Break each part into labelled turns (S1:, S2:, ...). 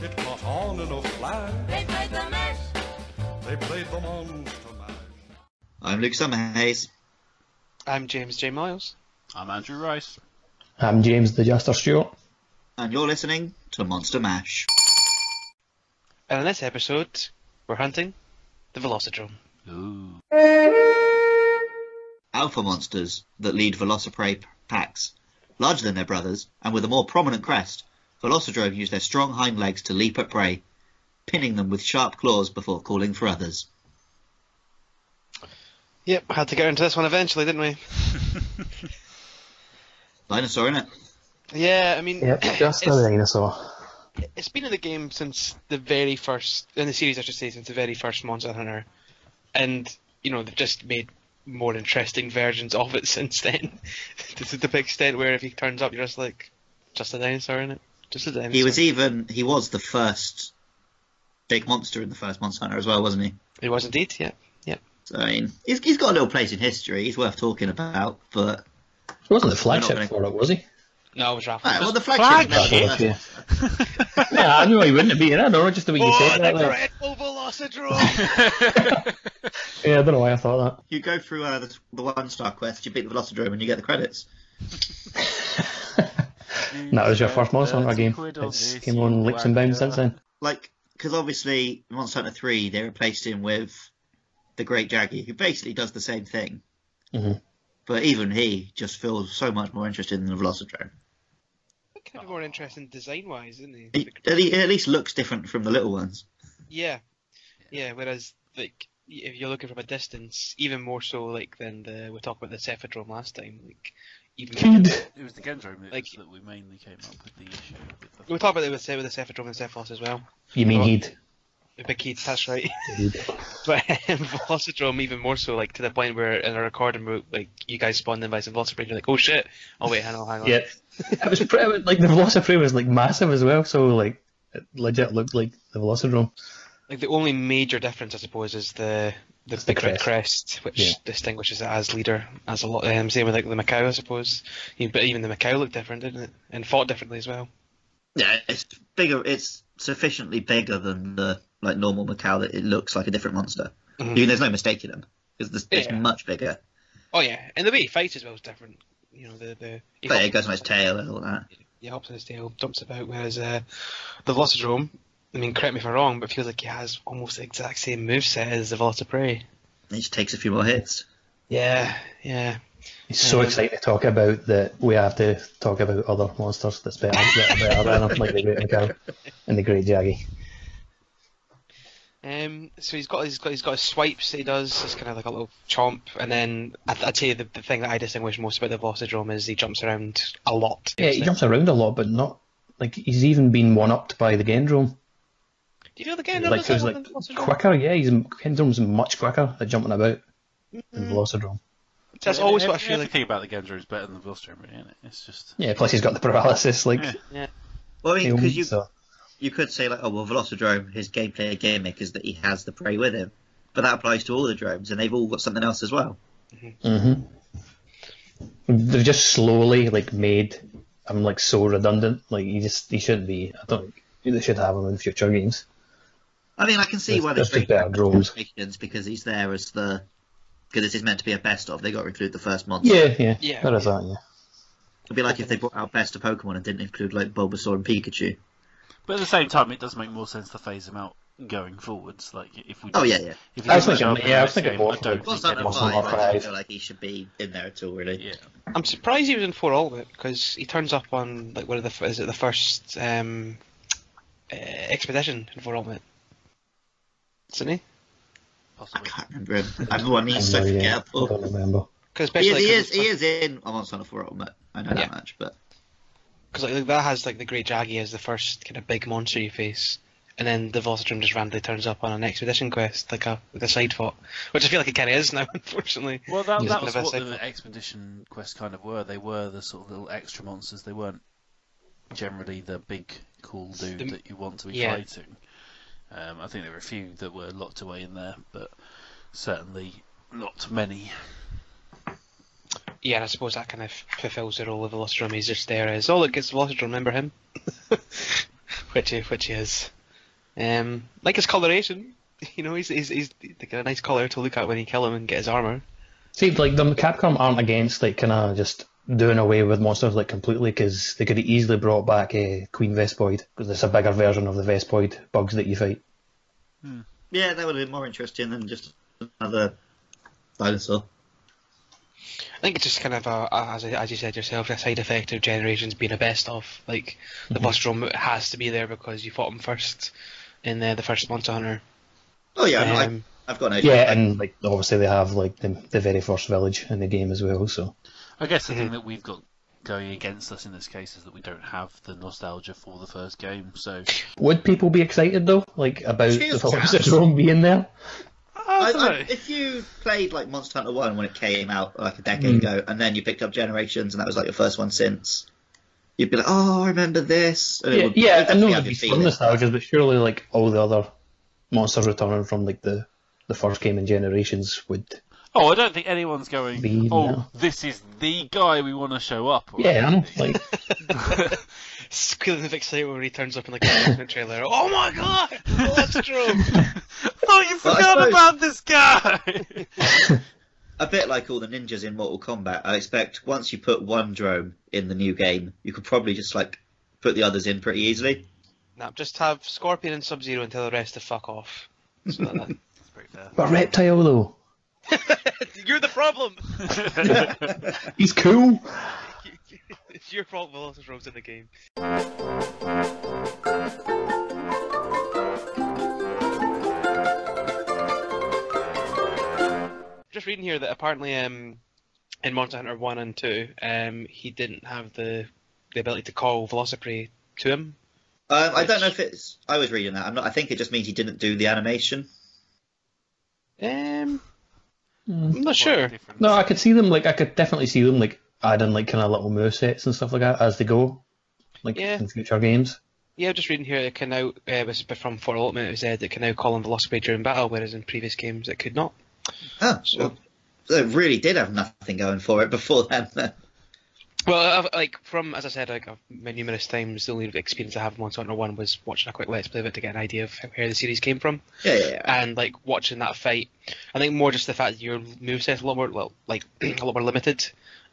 S1: It was on in a flash.
S2: They played the mash.
S1: They played the monster mash.
S3: I'm Luke Summerhays.
S4: I'm James J. Miles.
S5: I'm Andrew Rice.
S6: I'm James the Jester Stewart.
S3: and you're listening to Monster Mash.
S4: And in this episode, we're hunting the Velocidrome.
S5: Ooh.
S3: Alpha monsters that lead Velociprey packs, larger than their brothers and with a more prominent crest, Velocidrome use their strong hind legs to leap at prey, pinning them with sharp claws before calling for others.
S4: Yep, had to get into this one eventually, didn't we?
S3: Dinosaur in it.
S4: Yeah, I mean,
S6: Yep, just a
S4: it's,
S6: dinosaur.
S4: it's been in the game since the very first, in the series, I should say, since the very first Monster Hunter. And, you know, they've just made more interesting versions of it since then. to the big extent where if he turns up, you're just like, just a dinosaur in it. Just a dinosaur.
S3: He was even he was the first big monster in the first Monster Hunter as well, wasn't he?
S4: He was indeed, yeah.
S3: So I mean, he's, he's got a little place in history. He's worth talking about, but
S6: He wasn't the
S3: We're
S6: flagship
S3: not
S6: for it, was he?
S4: No, it was Raphael.
S3: Right, well, the flagship.
S6: Yeah,
S3: nevertheless.
S6: yeah. yeah, I knew he wouldn't have been. Oh, I don't know, just the way
S4: Oh,
S6: you said that. like-
S4: dreadful Velocidrome!
S6: yeah, I don't know why I thought that.
S3: You go through uh, the, the one star quest, you beat the Velocidrome, and you get the credits.
S6: That was your first Monster Hunter
S5: 30
S6: game.
S5: quid on
S6: It's
S5: this,
S6: came on
S5: you
S6: leaps and bounds since
S5: wanker.
S6: then.
S3: like because obviously Monster Hunter Three they replaced him with the Great Jaggy, who basically does the same thing.
S6: Mhm.
S3: But even he just feels so much more interested in the Velocidrome.
S4: kind of more interesting design wise, isn't he?
S3: He, at le- at least looks different from the little ones.
S4: yeah. Yeah, whereas, like, y- if you're looking from a distance, even more so, like, than the. We talked about the Cephadrome last time. Like, even.
S5: It was the Gendrome that,
S4: Like-
S5: that we mainly came up with the issue. With the
S4: we talked about it with, with the Cephadrome and Cephalos as well.
S6: You mean he'd.
S4: The big heat, that's right. but um, Velocidrome, even more so, like, to the point where in a recording, we like, you guys spawned in by some Velociraptor, you're like, oh shit! Oh, wait, hang on, hang on.
S6: Yeah. it was pretty, like the Velociprey was like massive as well, so like it legit looked like the Velocidrome.
S4: Like the only major difference, I suppose, is the the
S6: It's the
S4: big red
S6: crest.
S4: crest, which
S6: Yeah.
S4: distinguishes it as leader. As a lot, um, same with like the Macau, I suppose. You- But even the Macau looked different, didn't it? And fought differently as well.
S3: Yeah, it's bigger. It's sufficiently bigger than the like normal Macau that it looks like a different monster.
S4: Mhm.
S3: I mean, there's no mistaking them because it's
S4: Yeah.
S3: much bigger.
S4: Oh yeah, and the way he fights as well is different. You know, the the he
S3: But
S4: hops,
S3: it goes on its tail and all that.
S4: he hops on his tail, jumps about. Whereas uh, the Velocidrome, I mean, correct me if I'm wrong, but it feels like he has almost the exact same moveset as the Velociprey.
S3: It just takes a few more hits.
S4: Yeah, yeah.
S6: It's so
S4: Mhm.
S6: exciting to talk about that we have to talk about other monsters that's better, that are better than him, like the Great Mikau and the Great Jaggy.
S4: Um, so he's got he's got he's got his swipes that he does. It's kind of like a little chomp, and then I th- I'd say the, the thing that I distinguish most about the Velocidrome is he jumps around a lot.
S6: Yeah, he jumps around a lot, but not like he's even been one upped by the Gendrome.
S4: Do you know the game?
S6: like he was like quicker. Yeah, he's Gendrome's much quicker at jumping about than
S3: Mm-hmm.
S6: Velocidrome.
S4: That's
S5: Yeah,
S4: always what I
S5: every-
S4: feel like.
S5: Everything about the Gendrome is better than the Vilstrom, really, isn't it? It's just.
S6: Yeah, plus he's got the paralysis. Like
S5: Yeah.
S3: Well, I mean,
S6: ailment,
S3: because you
S6: um, so-
S3: you could say like, oh well, Velocidrome, his gameplay gimmick is that he has the prey with him, but that applies to all the drones, and they've all got something else as well.
S6: Mhm. They've just slowly like made him like so redundant. Like he just he shouldn't be. I don't. They should have him in future games.
S3: I mean, I can see
S6: That's-
S3: why they
S6: that's just
S3: created
S6: better drones.
S3: applications, because he's there as the because this is meant to be a best of. They got to include the first monster.
S6: Yeah, yeah,
S4: Yeah.
S6: There is that. Yeah.
S3: It'd be like if they brought out best of Pokemon and didn't include like Bulbasaur and Pikachu.
S5: But at the same time, it does make more sense to phase them out going forwards. Like if we.
S3: Oh yeah, yeah.
S5: If
S6: I was
S5: think
S6: thinking-
S5: about it,
S6: yeah, I was
S5: it's
S6: thinking
S5: game,
S6: more
S5: I don't
S6: like
S3: Well,
S5: think
S3: Sun and
S5: anyone-
S6: Monster Hunter
S3: Five, I don't
S6: Five.
S3: feel like he should be in there at all, really.
S5: Yeah.
S4: I'm surprised he was in four all of it because he turns up on like one of the f- is it the first um, uh, expedition in four all of it, isn't he?
S3: I
S5: Possibly.
S3: can't remember him. Everyone
S6: I
S3: he's
S6: know,
S3: so
S6: yeah. I
S3: forgettable.
S6: don't remember.
S4: Because
S3: He
S4: especially
S3: is, he
S4: like,
S3: is, he is in I'm on Sun and Four Ultimate. I know
S4: Yeah.
S3: that much, but
S4: Because like, like, that has like the Great Jaggy as the first kind of big monster you face, and then the Velocidrome just randomly turns up on an expedition quest, like a like a side fought, which I feel like it kind of is now, unfortunately.
S5: Well, that,
S6: Yeah.
S5: that was
S4: Never
S5: what
S4: said
S5: the expedition quests kind of were. They were the sort of little extra monsters. They weren't generally the big cool dude
S4: The-
S5: that you want to be
S4: yeah.
S5: fighting. Um, I think there were a few that were locked away in there, but certainly not many.
S4: Yeah, and I suppose that kind of fulfills the role of Velocidrome. He's just there as oh look, it's Velocidrome. Remember him? which he, which he is. Um, like his coloration, you know, he's he's he's got a nice color to look at when you kill him and get his armor.
S6: See, like the Capcom aren't against like kind of just doing away with monsters like completely because they could have easily brought back uh, Queen Vespoid because it's a bigger version of the Vespoid bugs that you fight.
S3: Yeah, that would have been more interesting than just another dinosaur.
S4: I think it's just kind of a, a- as, as you said yourself, a side effect of Generations being a best of. Like the Buster Drum has to be there because you fought him first in the, the first Monster Hunter.
S3: Oh yeah, no,
S4: Um,
S3: I, I've got no.
S6: Yeah, and like obviously they have like the, the very first village in the game as well. So
S5: I guess the thing that we've got going against us in this case is that we don't have the nostalgia for the first game. So
S6: would people be excited though, like about
S3: Cheers,
S6: the
S3: Kat.
S6: Velocity Drome being there?
S3: I, I, if you played like Monster Hunter One when it came out like a decade ago, and then you picked up Generations, and that was like your first one since, you'd be like, "Oh, I remember this." And it
S6: Yeah,
S3: would- it
S6: yeah
S3: would
S6: I know
S3: definitely
S6: it'd
S3: have
S6: be
S3: your
S6: some
S3: feeling.
S6: nostalgia, but surely like all the other monsters returning from like the the first game in Generations would.
S5: oh, I don't think anyone's going.
S6: Be
S5: oh,
S6: now.
S5: this is the guy we want to show up. or
S6: Yeah, I know.
S5: anything."
S6: Like
S4: Squealing Um, of excitement when he turns up in like a announcement trailer. Oh my god, Buster Drum!
S5: Thought you
S3: Well, I
S5: forgot
S3: suppose-
S5: about this guy.
S3: A bit like all the ninjas in Mortal Kombat, I expect once you put one drone in the new game, you could probably just like put the others in pretty easily.
S4: No, just have Scorpion and Sub Zero and tell the rest to fuck off. So that-
S5: That's pretty fair.
S6: but Reptile though,
S4: You're the problem.
S6: he's cool.
S4: It's your fault. Velocity Drum's in the game. Just reading here that apparently um, in Monster Hunter One and Two, um, he didn't have the the ability to call Velociprey to him.
S3: Um, I don't know if it's. I was reading that. I'm not. I think it just means he didn't do the animation.
S4: Um,
S6: Hmm.
S4: I'm not sure.
S6: No, I could see them like I could definitely see them like adding like kind of little move sets and stuff like that as they go, like
S4: Yeah.
S6: in future games.
S4: Yeah, just reading here, it can now, uh, it was from For Ultimate, it was said it can now call on Velocipede during battle, whereas in previous games it could not.
S3: Oh,
S4: So-
S3: well, so it really did have nothing going for it before then.
S4: Well, I've, like, from, as I said, like, I've met numerous times, the only experience I have of Monster Hunter 1 was watching a quick Let's Play of it to get an idea of where the series came from.
S3: yeah, yeah, yeah.
S4: and like watching that fight, I think more just the fact that your moveset's a lot more well, like a lot more limited,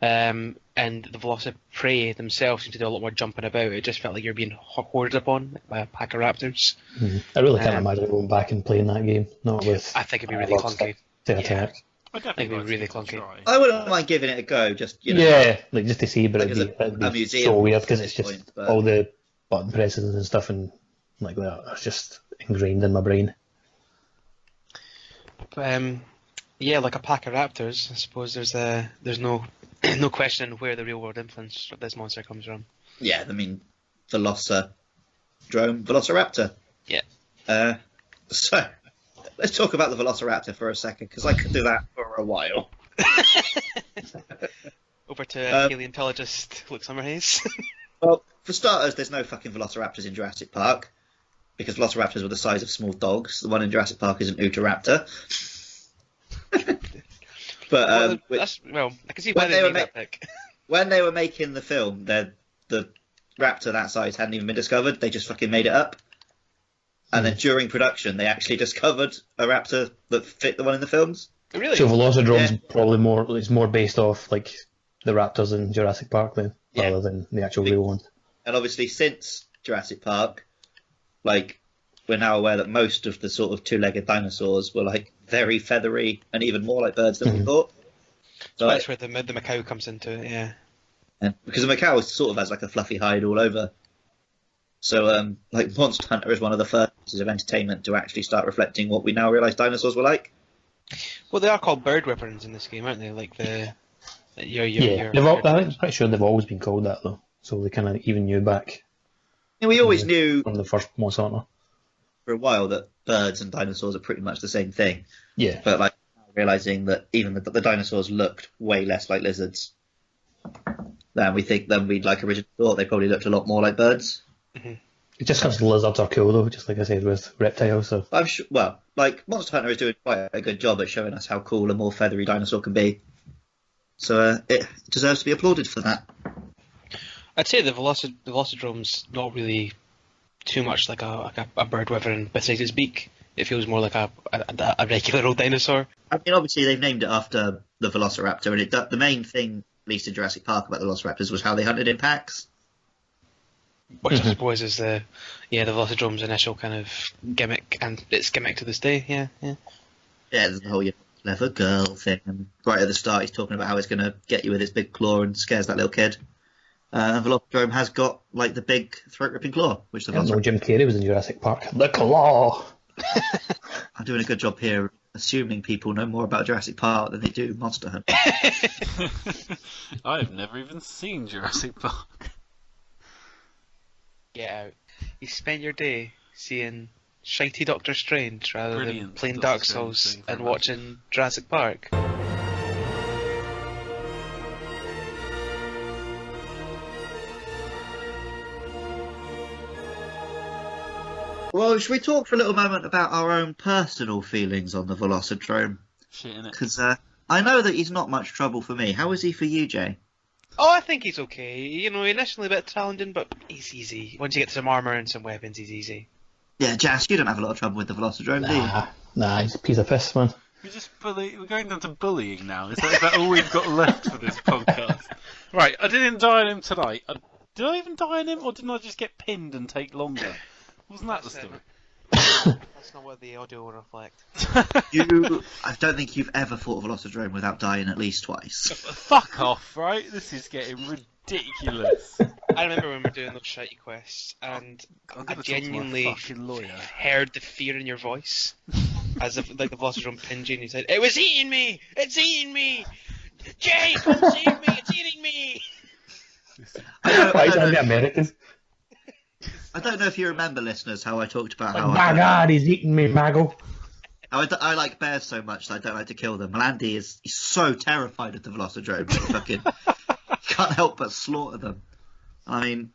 S4: um, and the Velociprey themselves seem to do a lot more jumping about. It just felt like you're being ho- hoarded upon by a pack of raptors.
S3: Mm-hmm.
S6: I really can't
S4: Um,
S6: imagine going back and playing that game, not with
S4: I think it'd be
S6: uh,
S4: really
S6: lots of
S4: clunky.
S6: the
S4: yeah.
S6: attacks.
S5: I definitely
S4: They'd be really clunky.
S3: I wouldn't mind giving it a go. Just you know,
S6: yeah, like just to see, but
S3: Like,
S6: it'd be,
S3: it's a-
S6: it'd
S3: a
S6: be
S3: museum
S6: so weird
S3: at
S6: because
S3: this
S6: it's just
S3: point, but-
S6: all the button presses and stuff and like that. It's just ingrained in my brain.
S4: But, um, yeah, like a pack of raptors. I suppose there's a there's no no questioning where the real world influence of this monster comes from.
S3: yeah. I mean, Velocidrome, Velociraptor.
S4: Yeah.
S3: Uh, so let's talk about the Velociraptor for a second because I could do that for a while.
S4: Over to uh,
S3: Uh,
S4: paleontologist Luke Summerhays.
S3: um, Well, for starters, there's no fucking Velociraptors in Jurassic Park because Velociraptors were the size of small dogs. The one in Jurassic Park is an Utahraptor. but
S4: well,
S3: um, which-
S4: that's, well, I can see
S3: well,
S4: why
S3: they
S4: they
S3: were
S4: made that pick.
S3: when they were making the film, the the raptor that size hadn't even been discovered. They just fucking made it up. And then during production, they actually discovered a raptor that fit the one in the films.
S4: Really?
S6: So Velocidrome's
S3: Oh, Yeah.
S6: probably more it's more based off like the raptors in Jurassic Park then,
S3: Yeah.
S6: rather than the actual
S3: Be-
S6: real ones.
S3: And obviously, since Jurassic Park, like we're now aware that most of the sort of two-legged dinosaurs were like very feathery and even more like birds than we
S6: Mhm.
S3: thought. So, like,
S4: That's where the the Macau comes into it. Yeah.
S3: and- because the macaw sort of has like a fluffy hide all over. So, um, like Monster Hunter is one of the first pieces of entertainment to actually start reflecting what we now realise dinosaurs were like.
S4: Well, they are called bird weapons in this game, aren't they? Like the your your,
S6: yeah,
S4: your
S6: they've al- I think I'm pretty sure they've always been called that though. So they kind of even knew back
S3: Yeah, we always
S6: Mhm.
S3: knew
S6: from the first Monster Hunter.
S3: for a while that birds and dinosaurs are pretty much the same thing,
S6: Yeah,
S3: but like realizing that even the, the dinosaurs looked way less like lizards than we think than we'd like originally thought. They probably looked a lot more like birds.
S6: it's just because lizards are cool though, just like I said with reptiles. So
S3: But I'm sure. Well, like Monster Hunter is doing quite a good job at showing us how cool a more feathery dinosaur can be. So uh, it deserves to be applauded for that.
S4: I'd say the Veloci- the Velocidrome's not really too much like a like a, a bird wyvern besides its beak. It feels more like a, a a regular old dinosaur.
S3: I mean, obviously they've named it after the Velociraptor, and it do- the main thing, at least in Jurassic Park, about the Velociraptors was how they hunted in packs.
S4: which
S6: Mm-hmm.
S4: I suppose is the yeah the Velocidrome's initial kind of gimmick, and it's gimmick to this day. Yeah, yeah.
S3: Yeah, there's the whole you know, clever girl thing. And right at the start, he's talking about how it's going to get you with its big claw and scares that little kid. Uh, and Velociraptor has got like the big throat ripping claw, which the
S6: I know
S3: Velociraptor.
S6: Jim Carrey was in Jurassic Park. The Claw.
S3: I'm doing a good job here, assuming people know more about Jurassic Park than they do Monster Hunt.
S5: I've never even seen Jurassic Park.
S4: Get out. You spend your day seeing shitey Doctor Strange rather than
S5: Brilliant
S4: playing
S5: Doctor
S4: Dark
S5: Strange,
S4: Souls
S5: thank you very
S4: and
S5: much.
S4: watching Jurassic Park.
S3: well, should we talk for a little moment about our own personal feelings on the Velocidrome?
S5: Shit in it.
S3: Because uh, I know that he's not much trouble for me. How is he for you, Jay?
S4: Oh, I think he's okay. You know, initially a bit challenging, but he's easy. Once you get some armor and some weapons, he's easy.
S3: Yeah, Jas, you don't have a lot of trouble with the Velocidrome, do you?
S6: Nah, nah, he's a piece of piss, man.
S5: We just bully. We're going down to bullying now. Is that, is that all we've got left for this podcast? Right. I didn't die on him tonight. I, did I even die on him, or didn't I just get pinned and take longer? Wasn't that the
S4: That's it.
S5: story?
S4: That's not what the audio will reflect.
S3: you. I don't think you've ever fought a Velocidrome without dying at least twice.
S5: Fuck off, right? This is getting ridiculous.
S4: I remember when we were doing those shitey quests, and
S5: I'm
S4: I
S5: gonna
S4: genuinely
S5: talk to my fucking lawyer.
S4: heard the fear in your voice as if like the Velocidrome pinging. He said, "It was eating me. It's eating me. Jay, come save me. It's eating me."
S3: I don't, I
S6: Why is
S3: don't
S6: that
S3: know,
S6: the Americans?
S3: I don't know if you remember, listeners, how I talked about how
S6: my
S3: I,
S6: God, he's eating me, Mago.
S3: how I, d- I like bears so much that I don't like to kill them. Melandy is he's so terrified of the Velocidrome, that he fucking can't help but slaughter them. I mean,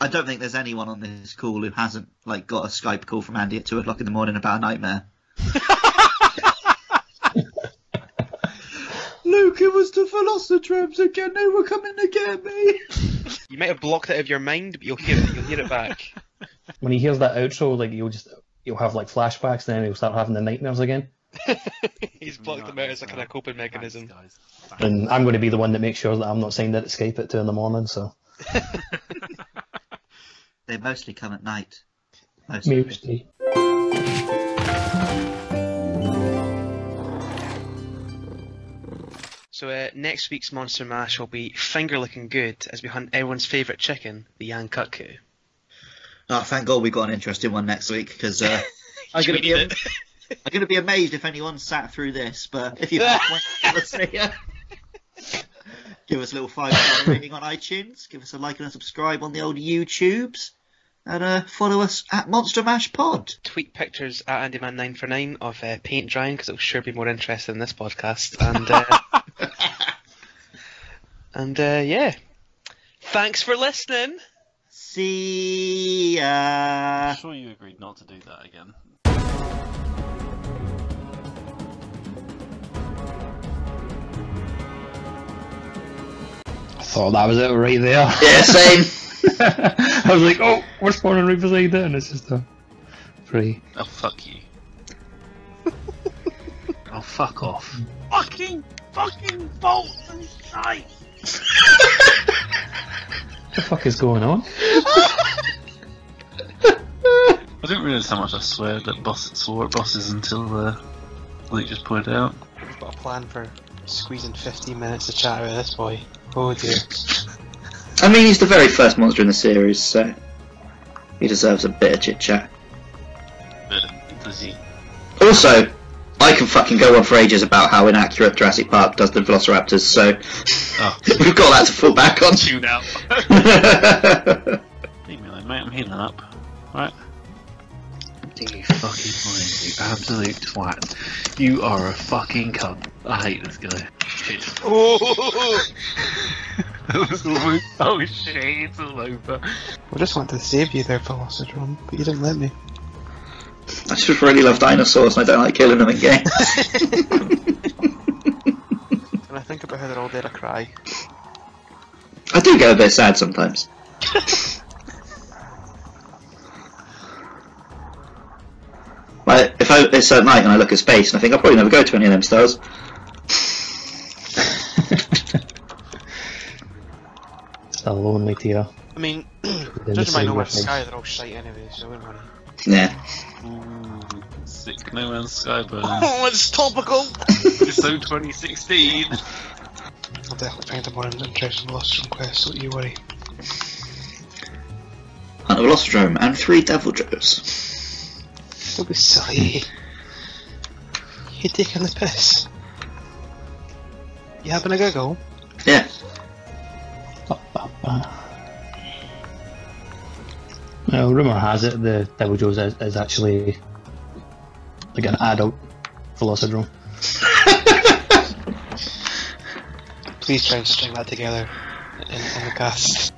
S3: I don't think there's anyone on this call who hasn't like got a Skype call from Andy at two o'clock in the morning about a nightmare. Luke, it was the Velociraptors again. They were coming to get me.
S4: You might have blocked it out of your mind, but you'll hear it. You'll hear it back.
S6: When he hears that outro, like you'll just you'll have like flashbacks, and then he'll start having the nightmares again.
S4: He's blocked them out as a kind of coping mechanism.
S5: Thanks, guys.
S6: And I'm going to be the one that makes sure that I'm not signed in at Skype at two in the morning. So
S3: They mostly come at night. Mostly.
S6: mostly.
S4: So uh, next week's Monster Mash will be finger looking good as we hunt everyone's favourite chicken, the Yankaku.
S3: Oh, thank God we got an interesting one next week because uh, I'm going to be am- I'm going to be amazed if anyone sat through this. But if you let's see, uh, give us a little five star rating on iTunes, give us a like and a subscribe on the old YouTubes, and uh, follow us at Monster Mash Pod.
S4: Tweet pictures at Andyman9 for 9 of uh, paint drying because it'll sure be more interesting than this podcast. And uh, and uh, yeah, thanks for listening.
S3: See ya.
S5: I'm sure you agreed not to do that again.
S6: I thought that was it right there.
S3: Yeah, same.
S6: I was like, oh, we're spawning right beside it, and it's just a free.
S5: Oh, fuck you. oh, fuck off. Fucking, fucking bolt and sight!
S6: What the fuck is going on?
S5: I didn't realise how much I swear at boss, swore at bosses until uh, Luke just pointed out.
S4: We've got a plan for squeezing 15 minutes of chat out of this boy. Oh dear.
S3: I mean, he's the very first monster in the series, so he deserves a bit of chit chat.
S5: But does he?
S3: Also, I can fucking go on for ages about how inaccurate Jurassic Park does the Velociraptors, so
S5: Oh.
S3: we've got that to fall back on.
S5: Tune out.
S3: Do
S5: Leave me alone, mate. I'm healing up. Right? You fucking mind, you absolute twat. You are a fucking cunt. I hate this guy. Shit.
S4: Oh!
S5: That was all- oh shit, it's all over.
S4: I just wanted to save you there, Velocidrome, but you didn't let me.
S3: I just really love dinosaurs and I don't like killing them in games.
S4: And I think about how they're all there to cry.
S3: I do get a bit sad sometimes. Like, if I, it's at night and I look at space and I think I'll probably never go to any of them stars.
S6: It's a lonely tear.
S4: I mean,
S6: the
S4: judging by
S6: same
S4: nowhere
S6: reference.
S4: sky, they're all shite anyway, so I wouldn't want to.
S3: Yeah.
S5: Ooh, sick no man's sky burns.
S4: Oh, it's topical!
S5: Episode 2016.
S4: I'll definitely find a more interesting Lost from Quest, don't you worry.
S3: Hunt of Velocodrome and three Devil Joes.
S4: Don't be silly. You're taking the piss. You having a giggle?
S3: Yeah.
S6: Well, rumour has it the Devil Joes is, is actually like an adult Velocidrome.
S4: Please try and string that together in, in the cast.